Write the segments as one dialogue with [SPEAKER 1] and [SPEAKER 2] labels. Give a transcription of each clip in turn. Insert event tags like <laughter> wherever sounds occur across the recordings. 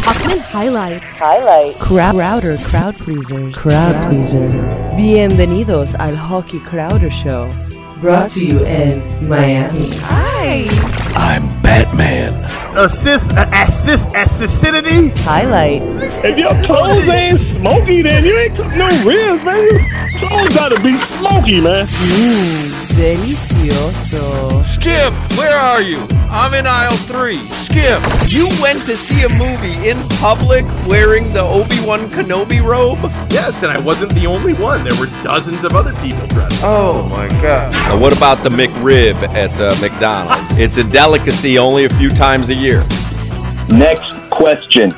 [SPEAKER 1] Hoffman Highlights.
[SPEAKER 2] Highlight.
[SPEAKER 1] Crowd,
[SPEAKER 3] Crowder Crowd Pleasers.
[SPEAKER 4] Crowd Pleaser.
[SPEAKER 3] Bienvenidos al Hockey Crowder Show. Brought to you in Miami.
[SPEAKER 2] Hi.
[SPEAKER 5] I'm Batman.
[SPEAKER 6] Assist, uh, assist, acidity.
[SPEAKER 3] Highlight.
[SPEAKER 7] If your clothes ain't smoky, then you ain't took no risks, man. Your clothes gotta be smoky, man.
[SPEAKER 3] Mm, delicioso.
[SPEAKER 8] Skip, where are you? I'm in aisle three. Skip, you went to see a movie in public wearing the Obi Wan Kenobi robe?
[SPEAKER 6] Yes, and I wasn't the only one. There were dozens of other people dressed.
[SPEAKER 8] Oh my god. Now, what about the McRib at uh, McDonald's? it's a delicacy only a few times a year.
[SPEAKER 9] Next question.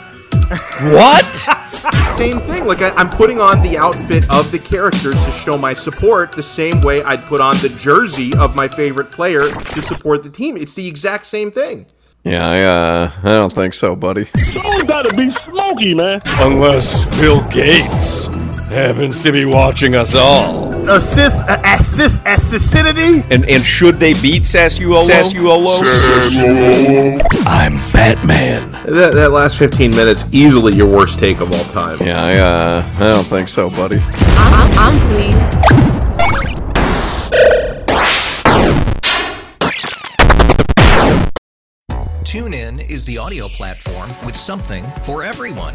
[SPEAKER 8] what?
[SPEAKER 6] <laughs> same thing. Like I, am putting on the outfit of the characters to show my support, the same way I'd put on the jersey of my favorite player to support the team. It's the exact same thing.
[SPEAKER 5] Yeah, I, uh, I don't think so, buddy.
[SPEAKER 7] Someone gotta be smoky, man.
[SPEAKER 5] Unless Bill Gates happens to be watching us all.
[SPEAKER 6] Assist, uh, assist, acidity.
[SPEAKER 8] And and should they beat Sassuolo? Sassuolo.
[SPEAKER 5] Sassuolo. I'm Batman.
[SPEAKER 6] That, that last 15 minutes easily your worst take of all time.
[SPEAKER 5] Yeah, I, uh, I don't think so, buddy.
[SPEAKER 1] I'm, I'm pleased.
[SPEAKER 10] TuneIn is the audio platform with something for everyone.